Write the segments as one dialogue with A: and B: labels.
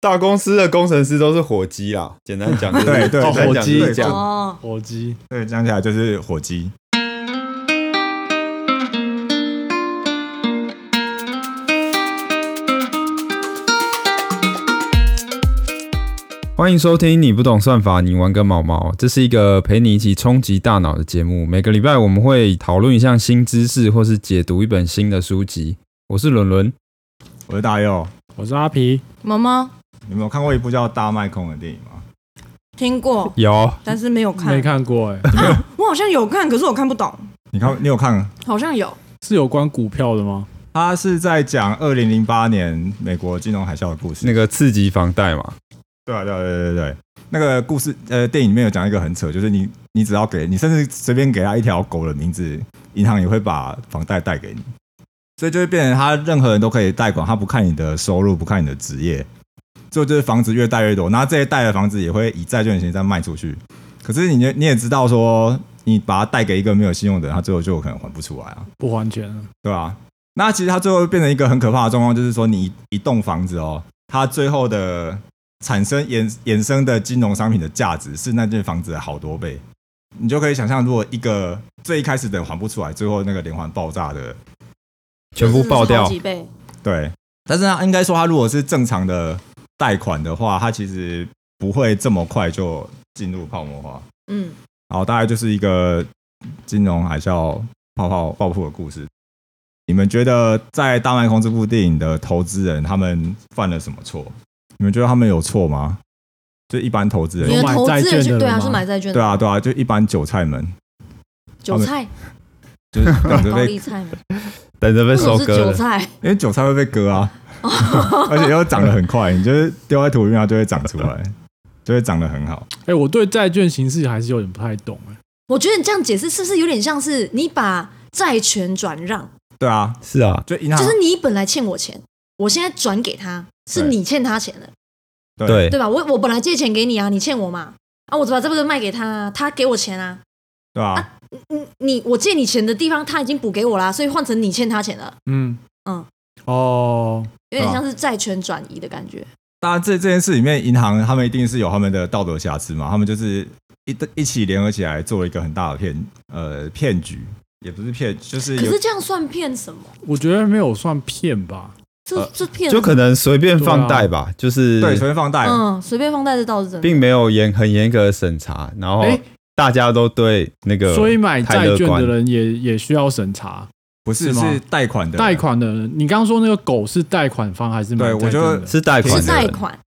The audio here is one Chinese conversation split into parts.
A: 大公司的工程师都是火鸡啦，简单讲就是，
B: 对对
A: 简单
C: 火
A: 讲
C: 鸡
A: 就是这
B: 对
A: 样
C: 哦，
D: 火鸡，
B: 对，讲起来就是火鸡。欢迎收听，你不懂算法，你玩个毛毛。这是一个陪你一起冲击大脑的节目。每个礼拜我们会讨论一项新知识，或是解读一本新的书籍。我是伦伦，我是大佑。
D: 我是阿皮，
C: 毛毛
B: 你们有看过一部叫《大麦空》的电影吗？
C: 听过，
B: 有，
C: 但是没有看。
D: 没看过哎，
C: 我好像有看，可是我看不懂，
B: 你看，你有看？
C: 好像有。
D: 是有关股票的吗？
B: 他是在讲二零零八年美国金融海啸的故事。
E: 那个刺激房贷嘛，
B: 对啊，对啊，对对对对，那个故事呃，电影里面有讲一个很扯，就是你你只要给你，甚至随便给他一条狗的名字，银行也会把房贷贷给你，所以就会变成他任何人都可以贷款，他不看你的收入，不看你的职业，最后就是房子越贷越多，那这些贷的房子也会以债券的形式再卖出去。可是你也你也知道说，你把它贷给一个没有信用的人，他最后就有可能还不出来啊。
D: 不还钱了，
B: 对啊，那其实它最后变成一个很可怕的状况，就是说你一一栋房子哦，它最后的产生衍衍生的金融商品的价值是那间房子的好多倍。你就可以想象，如果一个最一开始的人还不出来，最后那个连环爆炸的，
E: 全部爆
C: 好
E: 掉。
C: 几倍？
B: 对。但是他应该说，他如果是正常的贷款的话，他其实不会这么快就进入泡沫化。
C: 嗯，
B: 然后大概就是一个金融海啸泡泡爆破的故事。你们觉得在《大麦空》这部电影的投资人他们犯了什么错？你们觉得他们有错吗？就一般投资
C: 你
B: 人，
C: 的
D: 买
C: 投
D: 债
C: 资人
D: 券
C: 是
D: 的
C: 对
D: 人
C: 啊，
D: 吗
C: 是买债券
B: 对
C: 的，
B: 啊，对啊，就一般韭菜们，
C: 韭菜、
B: 就是等着
C: 高
B: 被，
C: 丽菜嘛，
E: 等着被
C: 为什
E: 收
C: 么是
E: 割
C: 韭
E: 了。
C: 菜？
B: 因为韭菜会被割啊，
C: 哦
B: 而且又长得很快，你就是丢在土里面它就会长出来，就会长得很好。
D: 哎，我对债券形式还是有点不太懂哎，
C: 我觉得你这样解释是不是有点像是你把债权转让，
B: 对啊，
E: 是啊，
B: 就银行
C: 就是你本来欠我钱，我现在转给他，是
B: 对
C: 你欠他钱的，
E: 对，
C: 对吧？我我本来借钱给你啊，你欠我嘛，啊，我把这个卖给他，他给我钱啊，
B: 对啊，
C: 你你我借你钱的地方他已经补给我啦，所以换成你欠他钱了，
D: 嗯
C: 嗯，
D: 哦，
C: 有
E: 啊
C: 点像是债权转移的感觉。
B: 当然，这这件事里面，银行他们一定是有他们的道德瑕疵嘛，他们就是一一起联合起来做一个很大的骗呃骗局，也不是骗，就是
C: 可
B: 有
C: 是这样算骗什么？
D: 我觉得没有算骗吧，
C: 这这骗
E: 呃就可能随便放贷吧，就是
B: 对，随便放贷，
C: 嗯，随便放贷这倒是真的。
E: 并没有严很严格的审查，然后
D: 哎
E: 大家都对那哦个
D: 所以买
E: 太
D: 债
E: 乐
D: 券
E: 观
D: 的人也也需要审查，
B: 不是
D: 是吗
B: 是嗯贷款的
D: 贷，款的人，你刚刚说那个狗是贷款方还是买
B: 对
D: 债
B: 我觉
D: 券
B: 得
D: 的？
E: 是贷款的
C: 是
E: 人
C: 贷款，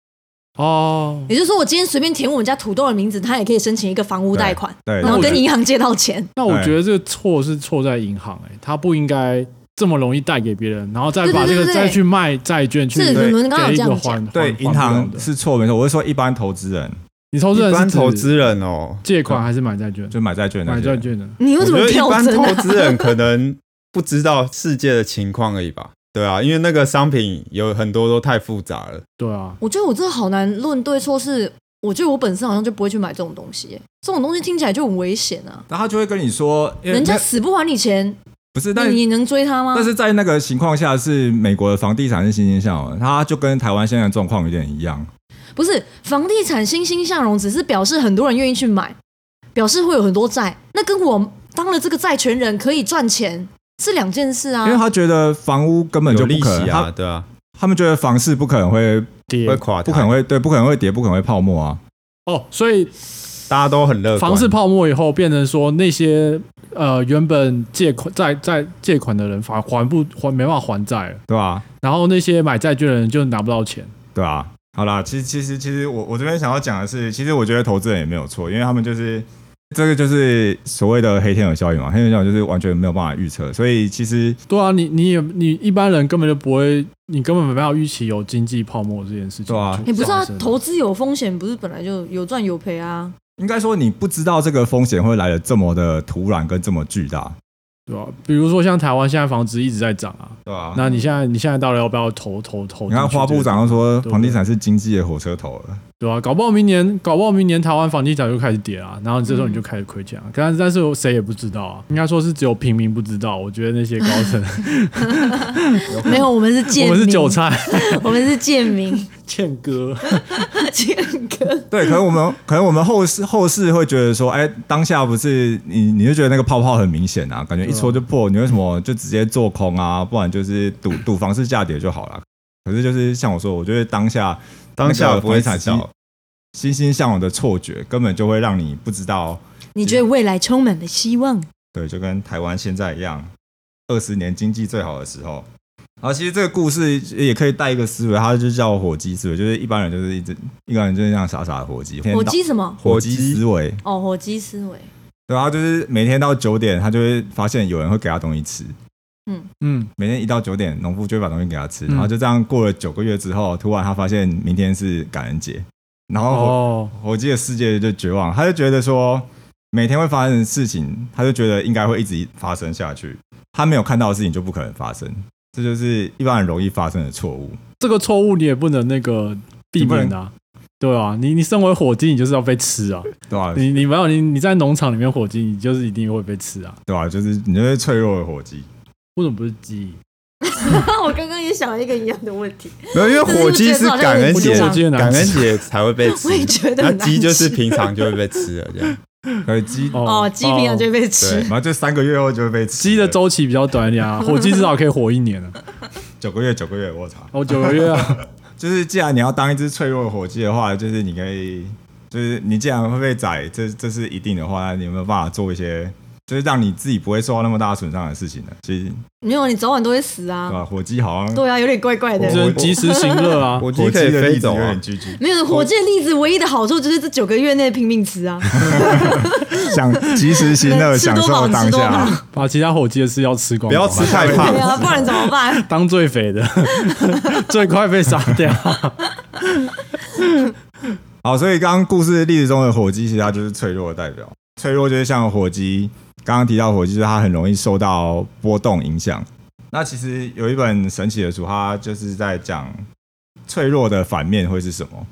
D: 哦，
C: 也就是说，我今天随便填我们家土豆的名字，他也可以申请一个房屋贷款，
B: 对，
C: 然后
B: 对
C: 跟银行借到钱。
D: 那我觉得这个错是错在银行哎，他不应该。这么容易贷给别人，然后再把这
C: 对对对
D: 个
C: 对
D: 再去卖债券去
C: 是
D: 给
C: 伦伦刚好
D: 一
C: 这
D: 个
C: 样讲
D: 还
B: 对银行，
D: 还不了的
B: 是错没错，我是说一般投资人
D: 你
C: 哦
D: 投资人
E: 一
D: 是
E: 般
D: 指
E: 投资人哦，
D: 借款还是买债券？
B: 就买债券那
D: 买
B: 些，
D: 债券的，
C: 你为
E: 我
C: 什
E: 觉
C: 么
E: 得一
C: 跳
E: 般
C: 针
E: 投
C: 啊？
E: 资人可能不知道世界的情况而已吧。对啊，因为那个商品有很多都太复杂了。
D: 对啊，
C: 我觉得我这好难论对错，是我觉得我本身好像就不会去买这种东西耶，这种东西听起来就很危险啊！
B: 然后他就会跟你说，因为
C: 人家
B: 那
C: 死不还你钱，
B: 不是，嗯
C: 那
B: 但
C: 你能追他吗
B: 但？是在那个情况下，是美国的房地产是欣欣向荣，它就跟台湾现在的状况有点一样，
C: 不是，房地产欣欣向荣，只是表示很多人愿意去买，表示会有很多债。那跟我当了这个债权人可以赚钱是两件事啊
B: 因为。他觉得房屋根本就
E: 有
B: 不
E: 利
B: 可能，
E: 息啊，
B: 他
E: 对啊，
B: 他们觉得房市不可能会
D: 跌
E: 会垮台，
B: 不可能会对，不可能会跌，不可能会泡沫啊。
D: 哦，所以
E: 大家都很乐观。
D: 房市泡沫以后，变成说那些呃原本借款债债借款的人反而还不还没办法还债了，
B: 对吧、
D: 然后那些买债券的人就拿不到钱。
B: 对啊，好啦，其实其实其实我我这边想要讲的是，其实我觉得投资人也没有错，因为他们就是这个就是所谓的黑天鹅效应嘛，黑天鹅效应就是完全没有办法预测，所以其实
D: 对啊，你你也你一般人根本就不会，你根本没办法预期有经济泡沫这件事情出
B: 对啊
D: 发生。
C: 你不知道投资有风险，不是本来就有赚有赔啊？
B: 应该说你不知道这个风险会来的这么的突然跟这么巨大，
D: 对啊，比如说像台湾现在房子一直在涨啊，
B: 对吧、
D: 那你现在你现在到底要不要投投投？
B: 你看花部长，又说
D: 对不对
B: 房地产是经济的火车头了，
D: 对啊，搞不好明年，搞不好明年台湾房地产就开始跌啊，然后你这时候你就开始亏钱啊。但、但是谁也不知道啊，应该说是只有平民不知道。我觉得那些高层，
C: 没有，我们是
D: 我
C: 贱民，
D: 们是韭，菜，
C: 我们是贱民。
D: 欠歌，
C: 健哥，
B: 对，可能 我们可能我们后世后世会觉得说，哎，当下不是你你就觉得那个泡泡很明显啊，感觉一
E: 嗯
B: 戳就破，你为什么就直接做空啊？不然就是赌赌房市下跌就好了。可是就是像我说，我觉得当下
E: 当下不会
B: 产
E: 产
B: 生
E: 生。
B: 欣欣向荣的错觉，根本就会让你不知道，
C: 你觉得未来充满了希望？
B: 对，就跟台湾现在一样，二十年经济最好的时候。然后其实这个故事也可以带一个思维，它就叫火鸡思维，就是一般人就是一直一般人就是这样傻傻的火鸡，天天
C: 火
B: 到
C: 鸡什么？
B: 火鸡思维，
C: 哦，火鸡思 维。
B: 对啊，就是每天到九点，他就会发现有人会给他东西吃。
D: 嗯，
B: 每天一到九点，农夫就会把东西给他吃，
D: 嗯
B: 然后就这样过了九个月之后，突然他发现明天是感恩节，然后火、
D: 哦，
B: 火鸡的世界就绝望，他就觉得说每天会发生的事情，他就觉得应该会一直发生下去，他没有看到的事情就不可能发生，这就是一般人容易发生的错误。
D: 这个错误你也不能那个避免啊，对啊，你你身为火鸡，你就是要被吃啊，
B: 对吧、
D: 你你没有你你在农场里面火鸡，你就是一定会被吃啊，
B: 对吧、就是你就是脆弱的火鸡，
D: 为什么不是鸡？
C: 我刚刚也想了一个一样的问题，
E: 没有，因为火鸡是感恩
D: 我觉
E: 节
D: 得，火鸡很难
E: 感恩
D: 吃
E: 节才会被吃
C: 我也觉，得
E: 那
C: 很难
E: 鸡就是
C: 吃
E: 平常就会被吃了，这样。
B: 可是鸡，
C: 哦，鸡平常就会被吃
E: 对。
B: 然后就三个月后就会被吃
D: 鸡的
B: 了
D: 周期比较短一点啊，火鸡至少可以活一年啊，
B: 九个月，九个月我操。
D: 哦，九个月啊，
B: 就是既然你要当一只脆弱的火鸡的话，就是你可以，就是你既然会被宰，这这是一定的话，那你有没有办法做一些，就是让你自己不会受到那么大损伤的事情呢？其实
C: 没有，你早晚都会死
B: 对
C: 啊。
B: 吧？火鸡好像
C: 嗯对啊，有点怪怪
D: 就
C: 的。
D: 是及时行乐啊，
E: 火鸡
B: 火
E: 可以
B: 鸡的例
E: 飞
B: 子
E: 走
B: 有
E: 啊
B: 点，居居，
C: 没有火箭粒子唯一的好处就是这九个月内拼命吃啊，
B: 想及时行乐，
C: 吃
B: 享
C: 多
B: 受
C: 饱吃
B: 当
C: 多
B: 下。
C: 饱，
D: 把其他火鸡的事要吃光，
E: 不要吃太
C: 对
E: 胖。
C: 啊，不然怎么 办？
D: 当最肥的，最快被杀 掉。
B: 好，所以刚刚故事的例子中的火鸡，其实它就是脆弱的代表。脆弱就是像火鸡，刚刚提到火鸡，就是它很容易受到波动影响。那其实有一本神奇的书，它就是在讲脆弱的反面会是什么。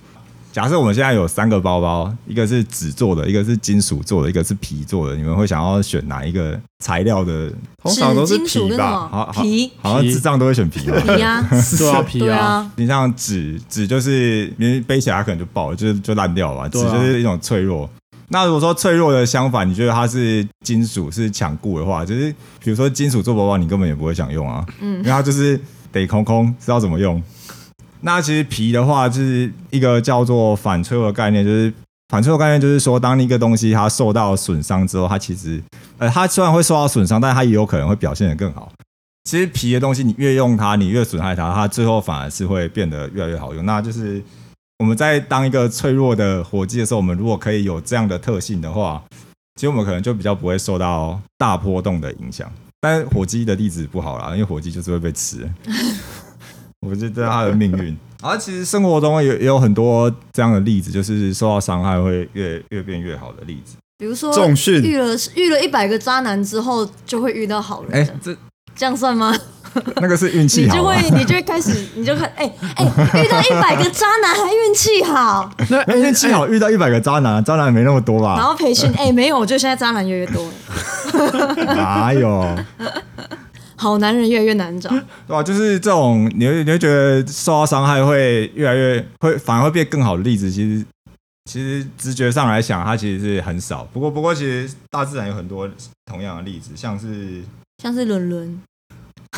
B: 假设我们现在有三个包包，一个是纸做的，一个是金属做的，一个是皮做的，你们会想要选哪一个材料的？
E: 通常都是
C: 金属
E: 皮
C: 跟什
E: 吧，
C: 么
B: 好好
C: 皮
B: 好像
D: 皮
B: 智障都会选皮吧。
C: 皮啊，
D: 对啊，皮
C: 对
D: 啊，
C: 啊，
B: 你像纸，纸就是你背起来它可能就爆了，就是就烂掉了吧。纸
D: 对啊
B: 就是一种脆弱。那如果说脆弱的相反，你觉得它是金属是强固的话，就是比如说金属做包包，你根本也不会想用啊，
C: 嗯
B: 因为它就是得空空，知道怎么用。那其实皮的话，就是一个叫做反脆弱的概念，就是反脆弱的概念就是说，当一个东西它受到损伤之后，它其实呃，它虽然会受到损伤，但它也有可能会表现得更好。其实皮的东西，你越用它，你越损害它，它最后反而是会变得越来越好用。那就是我们在当一个脆弱的火鸡的时候，我们如果可以有这样的特性的话，其实我们可能就比较不会受到大波动的影响。但火鸡的例子不好啦，因为火鸡就是会被吃。 我就知道它的命运。而、其实生活中也也有很多这样的例子，就是受到伤害会越越变越好的例子。
C: 比如说
E: 重训
C: 遇了遇了一百个渣男之后，就会遇到好人
E: 哎
C: 的，
B: 这
C: 这样算吗？
B: 那个是运
C: 你
B: 气好啊
C: 就
B: 吗
C: 会？你就会开始，你就看，哎哎，遇到一百个渣男还运气好，
D: 那哎
B: 那运气好遇到一百个渣男，渣男没那么多
C: 然
B: 吧？
C: 后培训，哎，没有，我觉得现在渣男越来越多了，
B: 哪有？
C: 好男人越来越难找，
B: 对吧、就是这种，你会你会觉得受到伤害会越来越会，反而会变更好的例子。其实其实直觉上来想，它其实是很少。不过不过，其实大自然有很多同样的例子，像是
C: 像是伦伦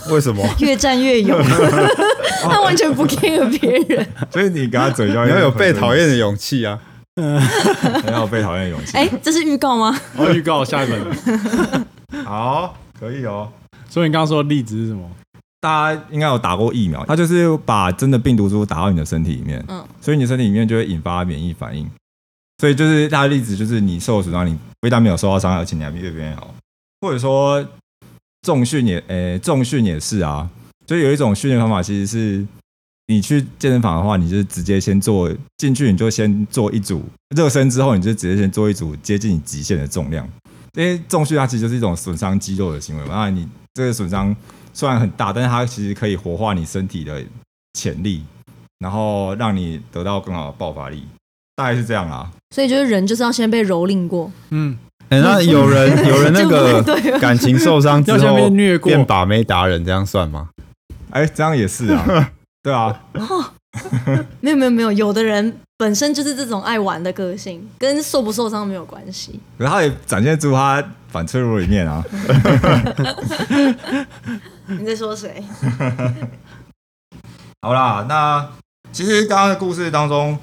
E: 为什 么？
C: 越战 越勇，他完全不 care 别人。
B: 所以你给他嘴 要
E: 哎你要有被讨， 厌的勇气啊！
B: 要有被讨厌的勇气。
C: 哎，这是预告吗？
D: 我预告下一本。
B: 好，可以哦。
D: 所以你刚刚说的例子是什么？
B: 大家应该有打过疫苗，它就是把真的病毒株打到你的身体里面，
C: 嗯
B: 所以你身体里面就会引发免疫反应。所以就是它的例子，就是你受了损伤，你不但没有受到伤害，而且你还越变越好。或者说重训也，呃、重训也是啊，就有一种训练方法，其实是你去健身房的话，你就是直接先做进去，你就先做一组热身，之后你就直接先做一组接近你极限的重量。因为重训它其实就是一种损伤肌肉的行为嘛，那你这个损伤虽然很大，但是它其实可以活化你身体的潜力，然后让你得到更好的爆发力，大概是这样啦。
C: 所以就是人就是要先被蹂躏过，
D: 嗯，
E: 哎，那有 人有人那
C: 就不
E: 个
C: 会对了
E: 感情受伤之
D: 要先
E: 后
D: 被虐过
E: 变把妹达人，这样算吗？
B: 哎，这样也是啊，对啊，
C: 哦 没有没有没有，有的人本身就是这种爱玩的个性，跟受不受伤没有关系。
B: 可是他也展现出他反脆弱的一面啊。
C: 你在说谁？
B: 好啦，那其实刚刚的故事当中，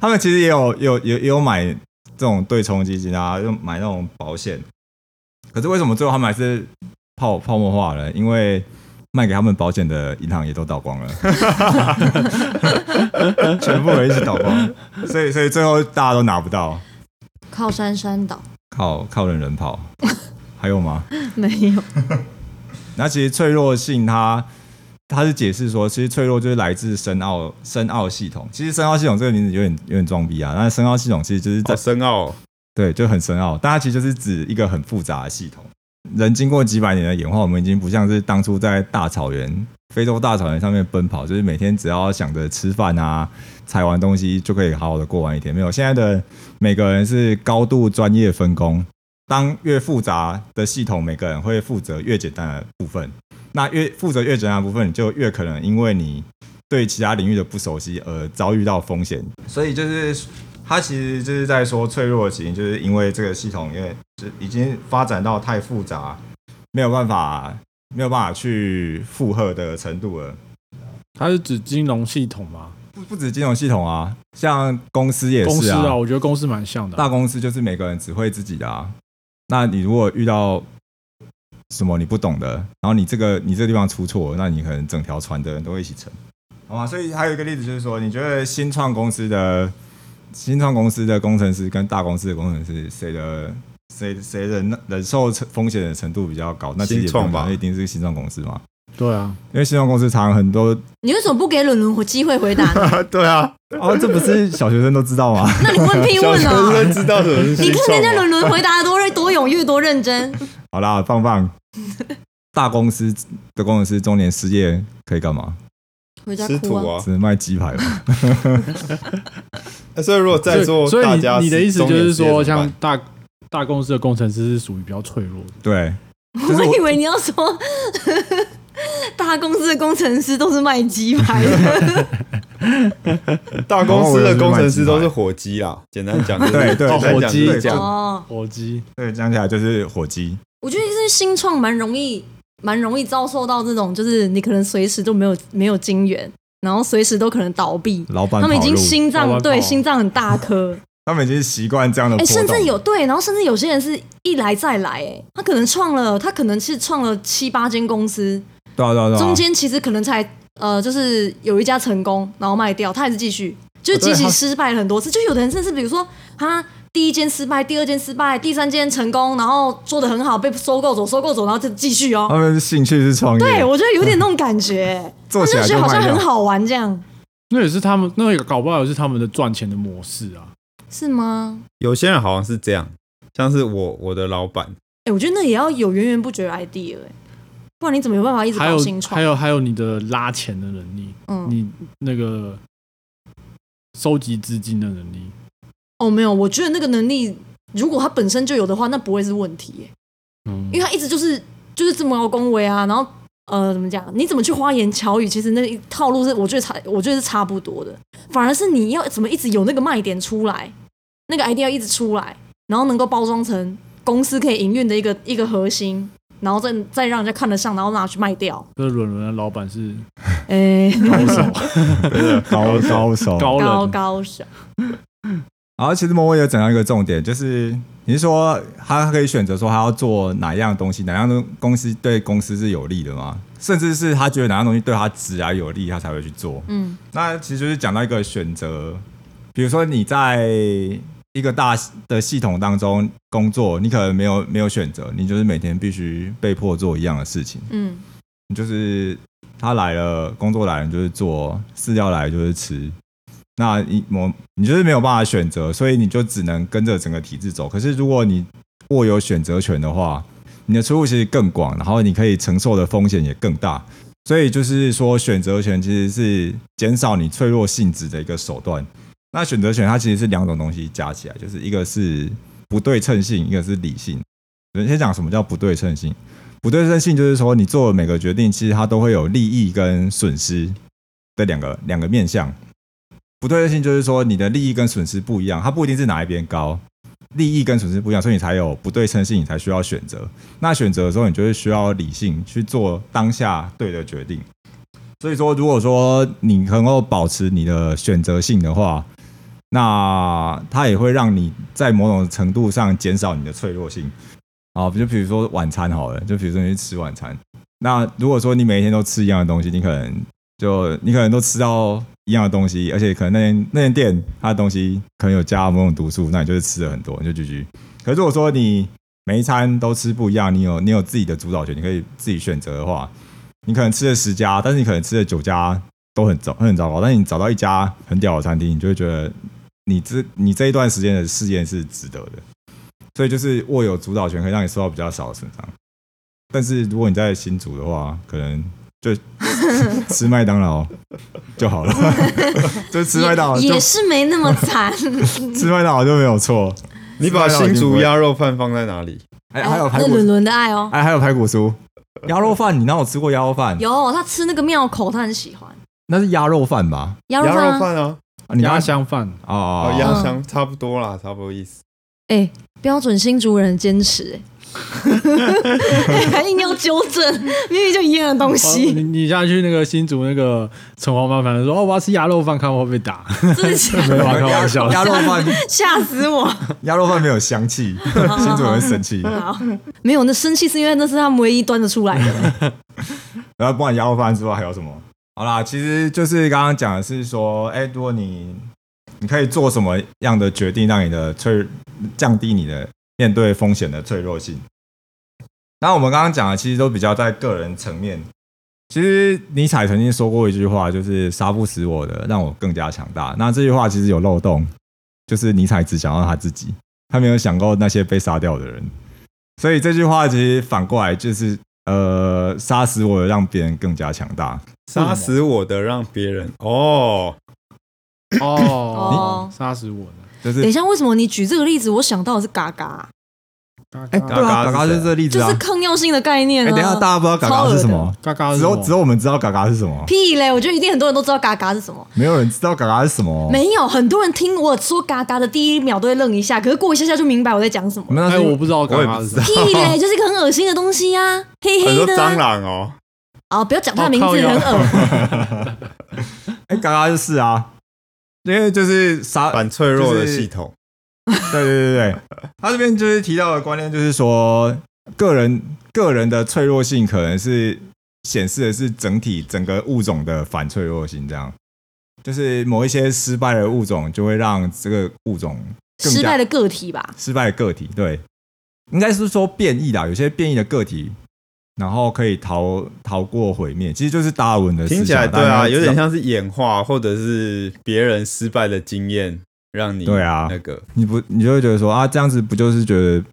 B: 他们其实也有也有也也有买这种对冲基金啊，就买那种保险。可是为什么最后他们还是泡泡沫化了？因为卖给他们保险的银行也都倒光了， 全部人一起倒光，所以所以最后大家都拿不到，
C: 靠山山倒
B: 靠靠人人跑，还有吗？
C: 没有？
B: 那其实脆弱性它，它是解释说，其实脆弱就是来自深奥深奥系统。其实深奥系统这个名字有点有点装逼啊，但是深奥系统其实就是在、
E: 好深奥、哦。
B: 对就很深奥，但它其实就是指一个很复杂的系统。人经过几百年的演化，我们已经不像是当初在大草原、非洲大草原上面奔跑，就是每天只要想着吃饭啊、采完东西就可以好好的过完一天。没有，现在的每个人是高度专业分工，当越复杂的系统，每个人会负责越简单的部分。那越负责越简单的部分，你就越可能因为你对其他领域的不熟悉而遭遇到风险。所以就是他其实就是在说脆弱的起因，就是因为这个系统因为就已经发展到太复杂，没有办法没有办法去负荷的程度了。
D: 它是指金融系统吗？
B: 不不止金融系统啊，像公司也
D: 公
B: 是
D: 司
B: 啊，
D: 啊，我觉得公司蛮像的啊、
B: 大公司就是每个人只会自己的啊。那你如果遇到什么你不懂的，然后你这个你这个地方出错，那你可能整条船的人都会一起沉，好吗？所以还有一个例子就是说，你觉得新创公司的新创公司的工程师跟大公司的工程师，谁的谁谁忍忍受风险的程度比较高？那其实也
E: 新创
B: 不用讲
E: 吧
B: 那一定是新创公司嘛，
D: 对啊，
B: 因为新创公司常常很多
C: 你为什么不给伦伦回机会回答 呢？
E: 对啊，
B: 哦，这不是小学生都知道吗？
C: 那你问屁
E: 小
C: 问
E: 学
C: 哦！
E: 生知道什么是
C: 你
E: 新
C: 看
E: 创
C: 人家
E: 吗？
C: 伦伦回答的多认多踊跃多认真，
B: 好啦，棒 棒。大公司的工程师中年失业可以干嘛？
C: 回家
E: 吃
C: 哭
E: 土
C: 啊！
E: 啊！
B: 只能卖鸡排 吧。
E: 呃所以如果在座
D: 所以
E: 大
D: 所以
E: 家
D: 你你的意思
E: 中
D: 就
E: 年
D: 是
E: 失业
D: 说，
E: 怎么
D: 像
E: 办
D: 大大公司的工程师是属于比较脆弱的，
B: 对，
C: 我以为你要说 大公司的工程师都是卖鸡排的，
E: 大公司的工程师都是火鸡 啦，简单讲就是
B: 对对
E: 简单
D: 火
E: 讲
D: 鸡
E: 就是这样，
C: 哦。
D: 火鸡
B: 对，讲起来就是火鸡。
C: 我觉得是新创蛮容易蛮容易遭受到这种，就是你可能随时都没有没有金源，然后随时都可能倒闭。
B: 老板
C: 他们已经
B: 跑路
C: 心
D: 老
C: 脏
D: 板
C: 对
D: 跑
C: 心脏很大 颗，
B: 他们已经习惯这样的
C: 哎、
B: 波动。
C: 甚至有对，然后甚至有些人是一来再来、哎，他可能创了，他可能是创了七八间公司，
B: 对啊对啊对啊，
C: 中间其实可能才呃，就是有一家成功，然后卖掉，他还是继续，就是即
B: 哦对
C: 使
B: 他
C: 失败了很多次，就有的人甚至比如说他第一间失败，第二间失败，第三间成功，然后做的很好，被收购走，收购走，然后就继续
B: 他
C: 哦。
B: 们兴趣是创业，
C: 对，我觉得有点那种感觉，
B: 做
C: 他
B: 起
C: 就
B: 来
C: 觉得好
B: 卖
C: 像很
B: 掉。
C: 好玩这样，
D: 那也是他们那个搞不好也是他们的赚钱的模式啊。
C: 是吗？
E: 有些人好像是这样，像是我我的老板，
C: 哎、我觉得那也要有源源不绝的 idea，、哎，不然你怎么有办法一直
D: 还
C: 搞
D: 有
C: 新
D: 还
C: 创？
D: 有还有你的拉钱的能力，
C: 嗯，
D: 你那个收集资金的能力，
C: 哦，没有，我觉得那个能力，如果他本身就有的话，那不会是问题耶、
D: 嗯
C: 因为他一直就是就是这么高恭维啊，然后呃，怎么讲？你怎么去花言巧语？其实那一套路是我觉得差，我觉得是差不多的。反而是你要怎么一直有那个卖点出来，那个 idea 一直出来，然后能够包装成公司可以营运的一个一个核心，然后再再让人家看得上，然后拿去卖掉。
D: 这伦伦的老板是
C: 哎、
B: 高
D: 高手
B: 高手
D: 高
C: 高
D: 人，
C: 高手，
B: 然后其实莫威有讲到一个重点，就是你是说他可以选择说他要做哪样东西，哪样东公司对公司是有利的吗？甚至是他觉得哪样东西对他职涯有利，他才会去做。
C: 嗯，
B: 那其实就是讲到一个选择，比如说你在一个大的系统当中工作，你可能没有没有选择，你就是每天必须被迫做一样的事情，
C: 嗯，
B: 你就是他来了，工作来了你就是做，饲料来了就是吃。那你我你就是没有办法选择，所以你就只能跟着整个体制走。可是如果你握有选择权的话，你的出路其实更广，然后你可以承受的风险也更大。所以就是说，选择权其实是减少你脆弱性质的一个手段。那选择权它其实是两种东西加起来，就是一个是不对称性，一个是理性。我们先讲什么叫不对称性。不对称性就是说，你做的每个决定，其实它都会有利益跟损失的两个两个面向。不对称性就是说你的利益跟损失不一样，它不一定是哪一边高，利益跟损失不一样，所以你才有不对称性，你才需要选择。那选择的时候，你就是需要理性去做当下对的决定。所以说，如果说你能够保持你的选择性的话，那它也会让你在某种程度上减少你的脆弱性。啊，就比如说晚餐好了，就比如说你去吃晚餐，那如果说你每一天都吃一样的东西，你可能就你可能都吃到一样的东西，而且可能那间那间店它的东西可能有加某种毒素，那你就是吃了很多，你就拒绝。可是如果说你每一餐都吃不一样，你有你有自己的主导权，你可以自己选择的话，你可能吃了十家，但是你可能吃了九家都很糟很糟糕，但是你找到一家很屌的餐厅，你就会觉得你这你这一段时间的试验是值得的。所以就是握有主导权，可以让你受到比较少的损伤。但是如果你在新竹的话，可能就吃麦当劳就 好了，就吃麦当劳
C: 也
B: 就
C: 也是没那么惨。
B: 吃麦当劳就没有错。
E: 你把新竹鸭肉饭放在哪里？
B: 哎， 还有排
C: 那
B: 骨
C: 伦，伦的爱哦，
B: 哎，还有排骨酥、鸭肉饭，你哪有吃过鸭肉饭？
C: 有他吃那个庙口，他很喜欢
B: 那是鸭肉饭吧？
C: 鸭
E: 鸭
C: 肉
E: 肉
C: 饭啊。
E: 饭啊，
B: 啊你
D: 鸭
B: 刚
D: 香饭，
B: 哦
E: 哦，
B: 哦，
E: 鸭
C: 嗯
E: 香差不多啦，差不多意思。
C: 哎，标准新竹人的坚持，哎 还硬要纠正， 明明就一样的东
D: 哦你
C: 西，
D: 你下去那个新竹那个城隍妈，反正说哦我要吃鸭肉饭，看我会不会打，
C: 真的假
D: 没
C: 的
D: 有啊开玩笑的。
B: 鸭肉饭，
C: 吓死我！
B: 鸭肉饭没有香气，新主人会生气。
C: 好，没有，那生气是因为那是他们唯一端得出来的。
B: 然后不管鸭肉饭之外还有什么？好啦，其实就是刚刚讲的是说，哎、如果你你可以做什么样的决定，让你的脆降低你的面对风险的脆弱性？那我们刚刚讲的其实都比较在个人层面。其实尼采曾经说过一句话，就是“杀不死我的，让我更加强大”。那这句话其实有漏洞，就是尼采只想到他自己，他没有想过那些被杀掉的人。所以这句话其实反过来就是呃，杀死我，让别人更加强大。
E: 杀死我的让别人哦，
D: 哦
C: 哦，
D: 杀死我了。
B: 就是
C: 等一下，为什么你举这个例子，我想到的是嘎嘎，
B: 哎，
D: 嘎
B: 对
E: 嘎
B: 啊，嘎
E: 嘎
B: 嘎
E: 是
B: 就是
E: 谁
B: 这个例子
C: 就
B: 啊
C: 是。抗药性的概念
B: 哎，
C: 啊。
B: 等一下，大家不知道嘎嘎是什么？
D: 嘎嘎是
B: 只
D: 什
B: 有
D: 么，
B: 只有我们知道嘎嘎是什么，
C: 屁嘞！我觉得一定很多人都知道嘎嘎是什么。
B: 没有人知道嘎嘎是什么。
C: 没有，很多人听我说嘎嘎的第一秒都会愣一下，可是过一下下就明白我在讲什么
B: 我。们那
D: 哎，
B: 是
D: 我不知道嘎
E: 我也
D: 嘎
E: 不
D: 是
E: 知
D: 什
E: 道
D: 么。
C: 屁嘞，就是一个很恶心的东西啊，黑
E: 很多
C: 黑的
E: 蟑
C: 啊。
E: 螂哦，
C: 啊，不要讲它的名
D: 哦靠
C: 字，
D: 腰
C: 很恶。
B: 哎，嘎嘎就是啊，因为就是杀，
E: 反脆弱的
B: 就是
E: 系统。
B: 对对对对， 他这边就是提到的观念，就是说个人个人的脆弱性可能是显示的是整体整个物种的反脆弱性，这样就是某一些失败的物种就会让这个物种更加
C: 失败的个体吧，
B: 失败的个体，对，应该是说变异啦，有些变异的个体。然后可以逃逃过毁灭，其实就是达尔文的思想
E: 听起来对
B: 大
E: 啊，
B: 家
E: 有点
B: 知道
E: 像是演化，或者是别人失败的经验让你
B: 对啊
E: 那个
B: 你不你就会觉得说啊，这样子不就是觉得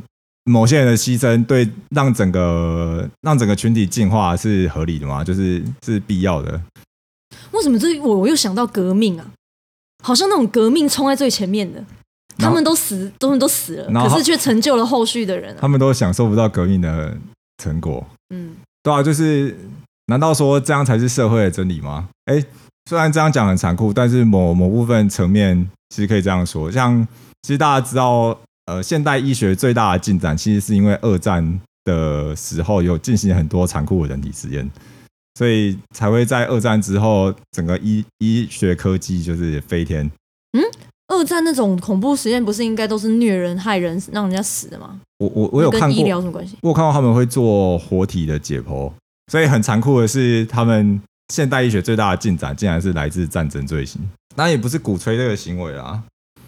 B: 某些人的牺牲对让整个让整个群体进化是合理的吗？就是是必要的。
C: 为什么这我我又想到革命啊？好像那种革命冲在最前面的，
B: 然
C: 他
B: 后
C: 们都死，他们都死
B: 然
C: 了，
B: 后
C: 可是却成就了后续的人啊。
B: 他们都享受不到革命的成果，
C: 嗯，
B: 对啊，就是难道说这样才是社会的真理吗？哎，虽然这样讲很残酷，但是某某部分层面其实可以这样说，像其实大家知道，呃，现代医学最大的进展其实是因为二战的时候有进行很多残酷的人体实验，所以才会在二战之后，整个医医学科技就是飞天。
C: 二战那种恐怖实验不是应该都是虐人害人，让人家死的吗？
B: 我我我有看
C: 跟医
B: 过，
C: 疗有什么关系？
B: 我有看到他们会做活体的解剖，所以很残酷的是，他们现代医学最大的进展竟然是来自战争罪行。那也不是鼓吹这个行为啦。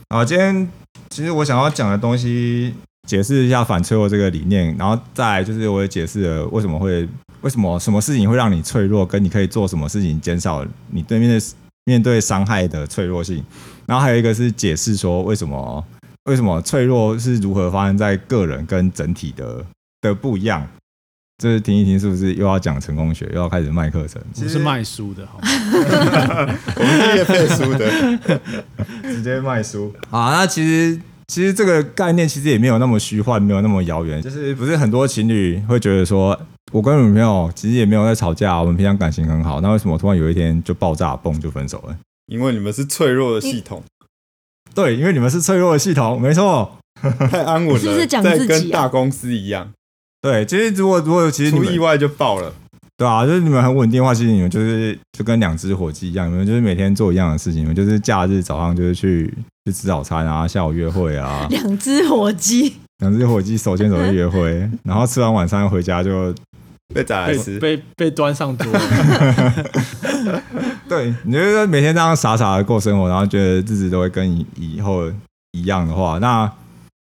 B: 啊，今天其实我想要讲的东西，解释一下反脆弱这个理念，然后再来就是我也解释了为什么会为什么什么事情会让你脆弱，跟你可以做什么事情减少你对面的面对伤害的脆弱性。然后还有一个是解释说为什么为什么脆弱是如何发生在个人跟整体的的不一样。这是停一停，是不是又要讲成功学，又要开始卖课程？
D: 我们是卖书的，好吗？
E: 我们是叶佩书
C: 啊
E: 的，
B: 直接卖书啊。那其实其实这个概念其实也没有那么虚幻，没有那么遥远。就是不是很多情侣会觉得说，我跟女朋友其实也没有在吵架，我们平常感情很好，那为什么突然有一天就爆炸，嘣就分手了？
E: 因为你们是脆弱的系 统，
B: 对，因为你们是脆弱的系统，没错。
E: 太安稳了，
C: 是不是讲自己
E: 在
C: 啊，
E: 跟大公司一样，
B: 对，其实如果如果其实你
E: 出
B: 们
E: 意外就爆了。
B: 对啊，就是你们很稳定的话，其实你们就是就跟两只火鸡一样，你们就是每天做一样的事情，你们就是假日早上就是去去吃早餐啊，下午约会啊
C: 两只火鸡，
B: 两只火鸡手牵手去约会， 然后吃完晚餐回家就
E: 被宰来
D: 被
E: 吃，
D: 被被端上桌，
B: 对，你就是每天这样傻傻的过生活，然后觉得日子都会跟以以后一样的话，那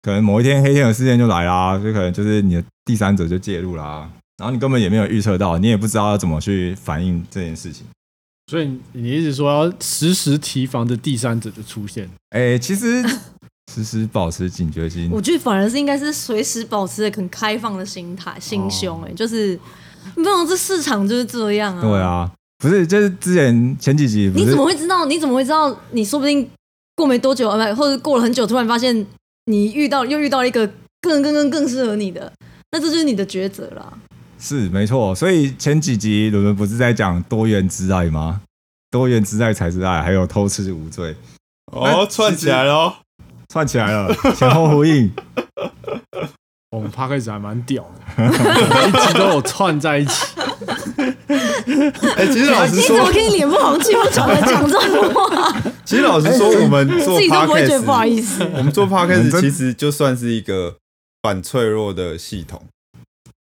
B: 可能某一天黑天鹅事件就来啦，就可能就是你的第三者就介入啦，然后你根本也没有预测到，你也不知道要怎么去反应这件事情。
D: 所以你一直说要时时提防的第三者就出现，
B: 哎、其实时时保持警觉心，
C: 我觉得反而是应该是随时保持着很开放的心态、心胸、哎、就是你不能这市场就是这样啊。
B: 哦对，啊，不是，就是之前前几集不
C: 你
B: 是
C: 怎么会知道？你怎么会知道？你说不定过没多久，呃，不或者过了很久，突然发现你遇到又遇到一个更更更更适合你的，那这就是你的抉择啦。
B: 是没错。所以前几集伦伦不是在讲多元之爱吗？多元之爱才是爱，还有偷吃无罪，
E: 哦，串起来了哦，
B: 串起来了，前后呼应。
D: 我们 p a c k 还蛮屌的，每一集都有串在一起。
E: 哎、其实老实
C: 你怎么
E: 说，
C: 可以脸不红气不喘的讲这种话？
E: 其实老实说，我哎们 做
C: 自己都不会觉得不好
E: podcast，
C: 意思。
E: 我们做
B: 我们
E: podcast
B: 真
E: 其实就算是一个反脆弱的系统。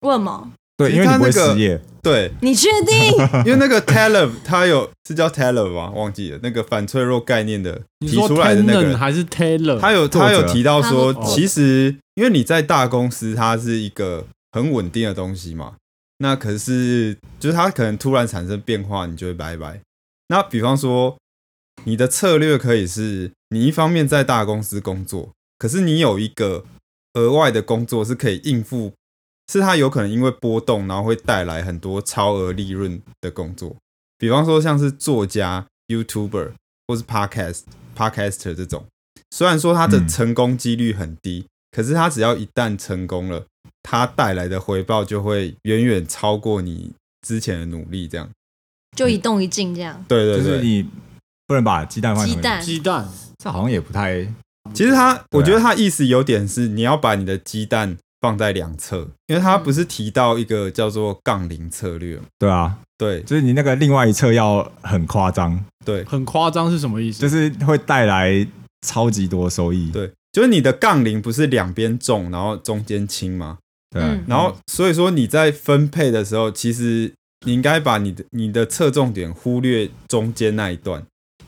C: 为什么？
B: 对，因为你不会失业，
E: 对，
C: 你确定？
E: 因为那 个 Taleb 他有是叫 Taleb 吗？忘记了那个反脆弱概念的
D: 你
E: 提
D: 说
E: 出来的那个
D: Tenon
E: 人，
D: 还是 Taylor？
E: 他有
B: 作者
E: 他有提到说
C: 他，
D: 说
E: 其实因为你在大公司，它是一个很稳定的东西嘛，那可是就是它可能突然产生变化，你就会拜拜。那比方说，你的策略可以是你一方面在大公司工作，可是你有一个额外的工作是可以应付，是它有可能因为波动，然后会带来很多超额利润的工作。比方说像是作家、YouTuber 或是 Podcast、Podcaster 这种，虽然说它的
B: 嗯
E: 成功几率很低，可是它只要一旦成功了，它带来的回报就会远远超过你之前的努力。这样，
C: 就一动一静这样。
E: 对对
B: 就是
E: 对。
B: 你不能把鸡蛋放
C: 鸡
B: 进
C: 蛋，
D: 鸡蛋，
B: 这好像也不太
E: 其实它，我觉得它意思有点是你要把你的鸡蛋放在两侧，因为它不是提到一个叫做杠铃策略吗
B: 对啊，
E: 对
B: 就是你那个另外一侧要很夸张，
E: 对
D: 很夸张是什么意思？
B: 就是会带来超级多收益。
E: 对，就是你的杠铃不是两边重，然后中间轻吗？
B: 对，啊
C: 嗯
E: 然后所以说你在分配的时候，其实你应该把你的你的侧重点忽略中间那一段，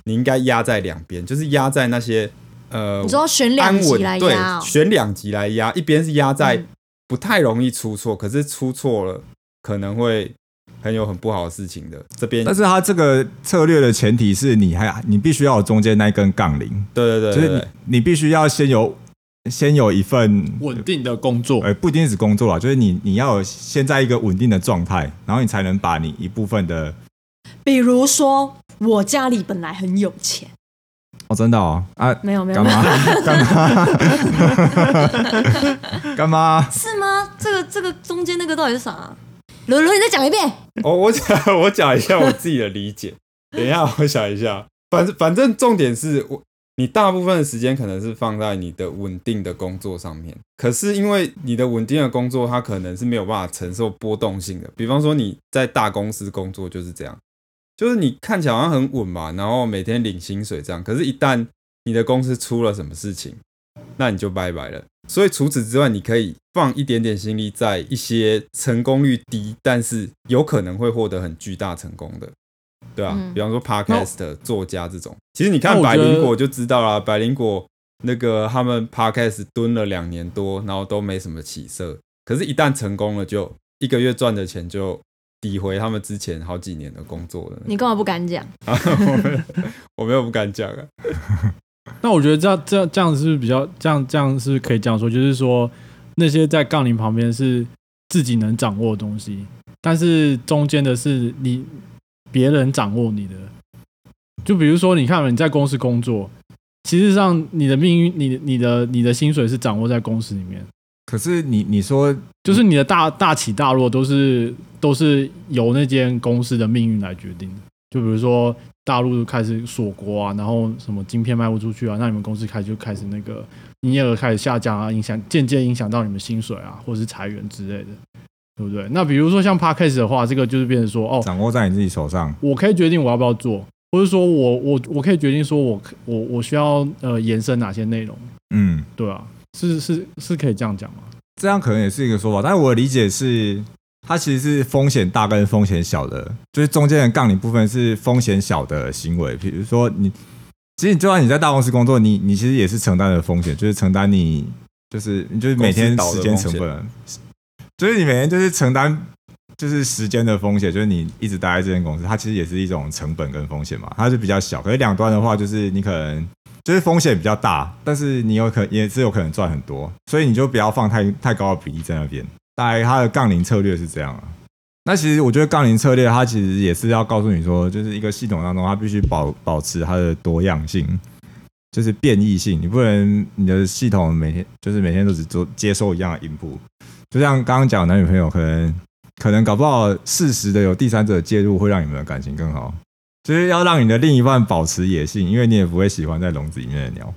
E: 你应该压在两边，就是压在那些呃
C: 你说要选
E: 安
C: 两集来
E: 稳对
C: 压、哦，
E: 选两级来压，一边是压在
C: 嗯
E: 不太容易出错，可是出错了可能会很有很不好的事情的。这边
B: 但是它这个策略的前提是你还你必须要有中间那一根杠铃，
E: 对对
B: 就
E: 对
B: 是
E: 对哦
B: 你你必须要先有先有一份，
D: 稳定的工作，
E: 哎
B: 呃，不一定是工作啦，就是你你要有先在一个稳定的状态，然后你才能把你一部分的
C: 比如说我家里本来很有钱，
B: 哦，真的哦啊，
C: 没有没有
B: 干
C: 没有，
B: 嘛干嘛 干嘛？
C: 是吗？这个这个中间那个到底是啥、啊？伦伦，你再讲一遍。
E: 哦，我讲 我讲一下我自己的理解。等一下，我想一下。反正反正重点是我，你大部分的时间可能是放在你的稳定的工作上面。可是因为你的稳定的工作，它可能是没有办法承受波动性的。比方说你在大公司工作就是这样，就是你看起来好像很稳嘛，然后每天领薪水这样。可是，一旦你的公司出了什么事情，那你就拜拜了。所以除此之外，你可以放一点点心力在一些成功率低，但是有可能会获得很巨大成功的，对啊，
C: 嗯
E: 比方说 podcast 作家这种。其实你看
D: 那我
E: 百
D: 觉得
E: 灵果就知道啦，百灵果那个他们 podcast 蹲了两年多，然后都没什么起色，可是，一旦成功了就，一个月赚的钱就抵回他们之前好几年的工作了。
C: 你干嘛不敢讲？
E: 啊我没有我没有不敢讲啊。
D: 那我觉得这样这样这样是不是比较这样这样是可以这样说，就是说那些在杠铃旁边是自己能掌握的东西，但是中间的是你别人掌握你的。就比如说，你看嘛你在公司工作，其实上你的命运、你你的你的薪水是掌握在公司里面，
B: 可是你你说
D: 就是你的大大起大落都是都是由那间公司的命运来决定的。就比如说大陆开始锁国啊，然后什么晶片卖不出去啊，那你们公司开始就开始那个营业额开始下降啊，影响间接影响到你们薪水啊，或者是裁员之类的，对不对？那比如说像 podcast 的话，这个就是变成说哦，
B: 掌握在你自己手上。
D: 我可以决定我要不要做，或者说我我我可以决定说我我我需要呃延伸哪些内容，
B: 嗯，
D: 对啊，是是是可以这样讲吗？
B: 这样可能也是一个说法，但是我的理解是，它其实是风险大跟风险小的，就是中间的杠铃部分是风险小的行为，比如说你，其实就算你在大公司工作，你你其实也是承担了风险，就是承担你就是你就是每天
A: 公司
B: 时
A: 倒的
B: 间
A: 风
B: 成
A: 险
B: 本，就是你每天就是承担就是时间的风险，就是你一直待在这间公司，它其实也是一种成本跟风险嘛，它是比较小。可是两端的话，就是你可能就是风险比较大，但是你有可也是有可能赚很多，所以你就不要放太太高的比例在那边。大概它的杠铃策略是这样啊。那其实我觉得杠铃策略它其实也是要告诉你说，就是一个系统当中它必须保保持它的多样性，就是变异性。你不能你的系统每天就是每天都只做接受一样的 input，就像刚刚讲的男女朋友可能可能搞不好适时的有第三者介入，会让你们的感情更好。就是要让你的另一半保持野性，因为你也不会喜欢在笼子里面的鸟。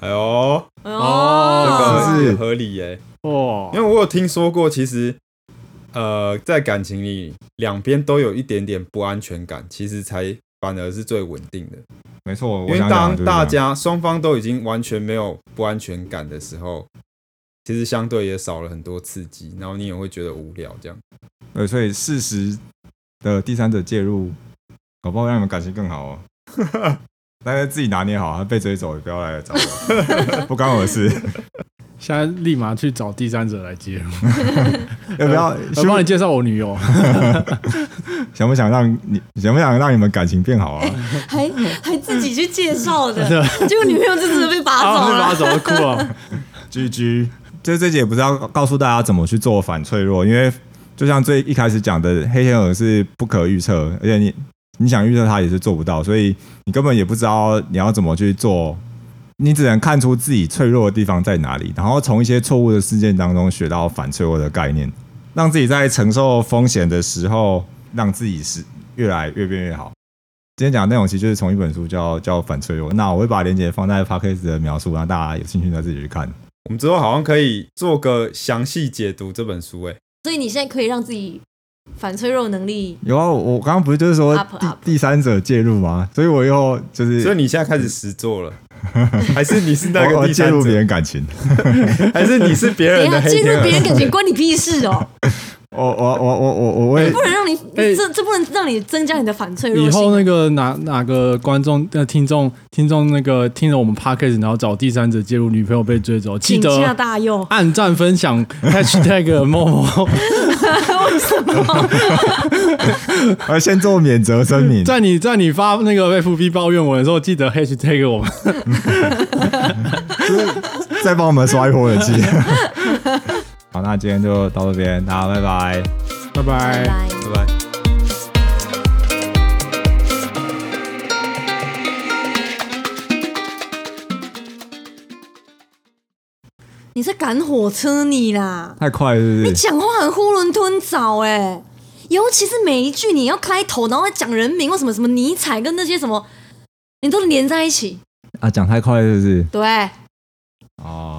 E: 哎呦，
C: 哦，
E: 这
B: 是
E: 个
B: 不是
E: 也合理耶、
D: 哦
E: 因为我有听说过，其实呃，在感情里两边都有一点点不安全感，其实才反而是最稳定的。
B: 没错，
E: 因
B: 我
E: 为
B: 想
E: 当
B: 讲的就是这样
E: 大家双方都已经完全没有不安全感的时候，其实相对也少了很多刺激，然后你也会觉得无聊。这样
B: 对，呃所以适时的第三者介入，搞不好让你们感情更好哦。 大家自己拿捏好，啊，被追走也不要来找 我，不关我的事。
D: 现在立马去找第三者来介入，
B: 要呃不 要？
D: 我帮你介绍我女友。
B: 想不想让你想不想让你们感情变好啊？
C: 还
D: 嗯
C: 还自己去介绍的， 结果女朋友就真的被拔 走
D: 啊，
C: 了
D: 那把。手都哭 了。
B: 居居，就是这集也不是要告诉大家怎么去做反脆弱，因为就像最一开始讲的，黑天鹅是不可预测，而且你你想预测它也是做不到，所以你根本也不知道你要怎么去做，你只能看出自己脆弱的地方在哪里，然后从一些错误的事件当中学到反脆弱的概念，让自己在承受风险的时候，让自己是越来越变越好。今天讲的内容其实就是从一本书叫叫《反脆弱》，那我会把链接放在 p a c k a g e 的描述，让大家有兴趣再自己去看。
E: 我们之后好像可以做个详细解读这本书、欸，
C: 所以你现在可以让自己反脆弱能力
B: 有啊，我刚刚不是就是说
C: Up,
B: 第
C: up
B: 第三者介入吗？所以我又就是
E: 所以你现在开始实做了，还是你是
B: 我
E: 那
B: 我
E: 个第
B: 介
E: 三
B: 入别
E: 者，
B: 人感情，
E: 还是你是别
C: 等
E: 人
C: 一下
E: 的黑
C: 介
E: 天
C: 入别
E: 鹅？
C: 人感情关你屁事 哦，
B: 我我我我我我 会
C: 不能让你
D: 哎
C: 这这不能让你增加你的反脆弱
D: 以
C: 性。
D: 后那个哪哪个观众、呃听众、听众那个听着我们 podcast，然后找第三者介入，女朋友被追走，记
C: 请下
D: 得，
C: 大用
D: 按赞分享 hashtag 某某，
C: 为什么？
B: 呃先做免责声明。
D: 在你在你发那个 FB 抱怨我的时候，记得 hashtag 我们。
B: 再帮我们刷一波人气。 好，那今天就到这边，大家拜拜。
D: 拜拜。
C: 拜。
E: 对吧？
C: 你是赶火车你啦！
B: 太快了是不
C: 你
B: 是？
C: 讲话很囫囵吞枣哎、尤其是每一句你要开头，然后再讲人名或什么什么尼采跟那些什么，你都连在一起。
B: 啊，讲太快了是不是？
C: 对，
B: 哦。
E: 啊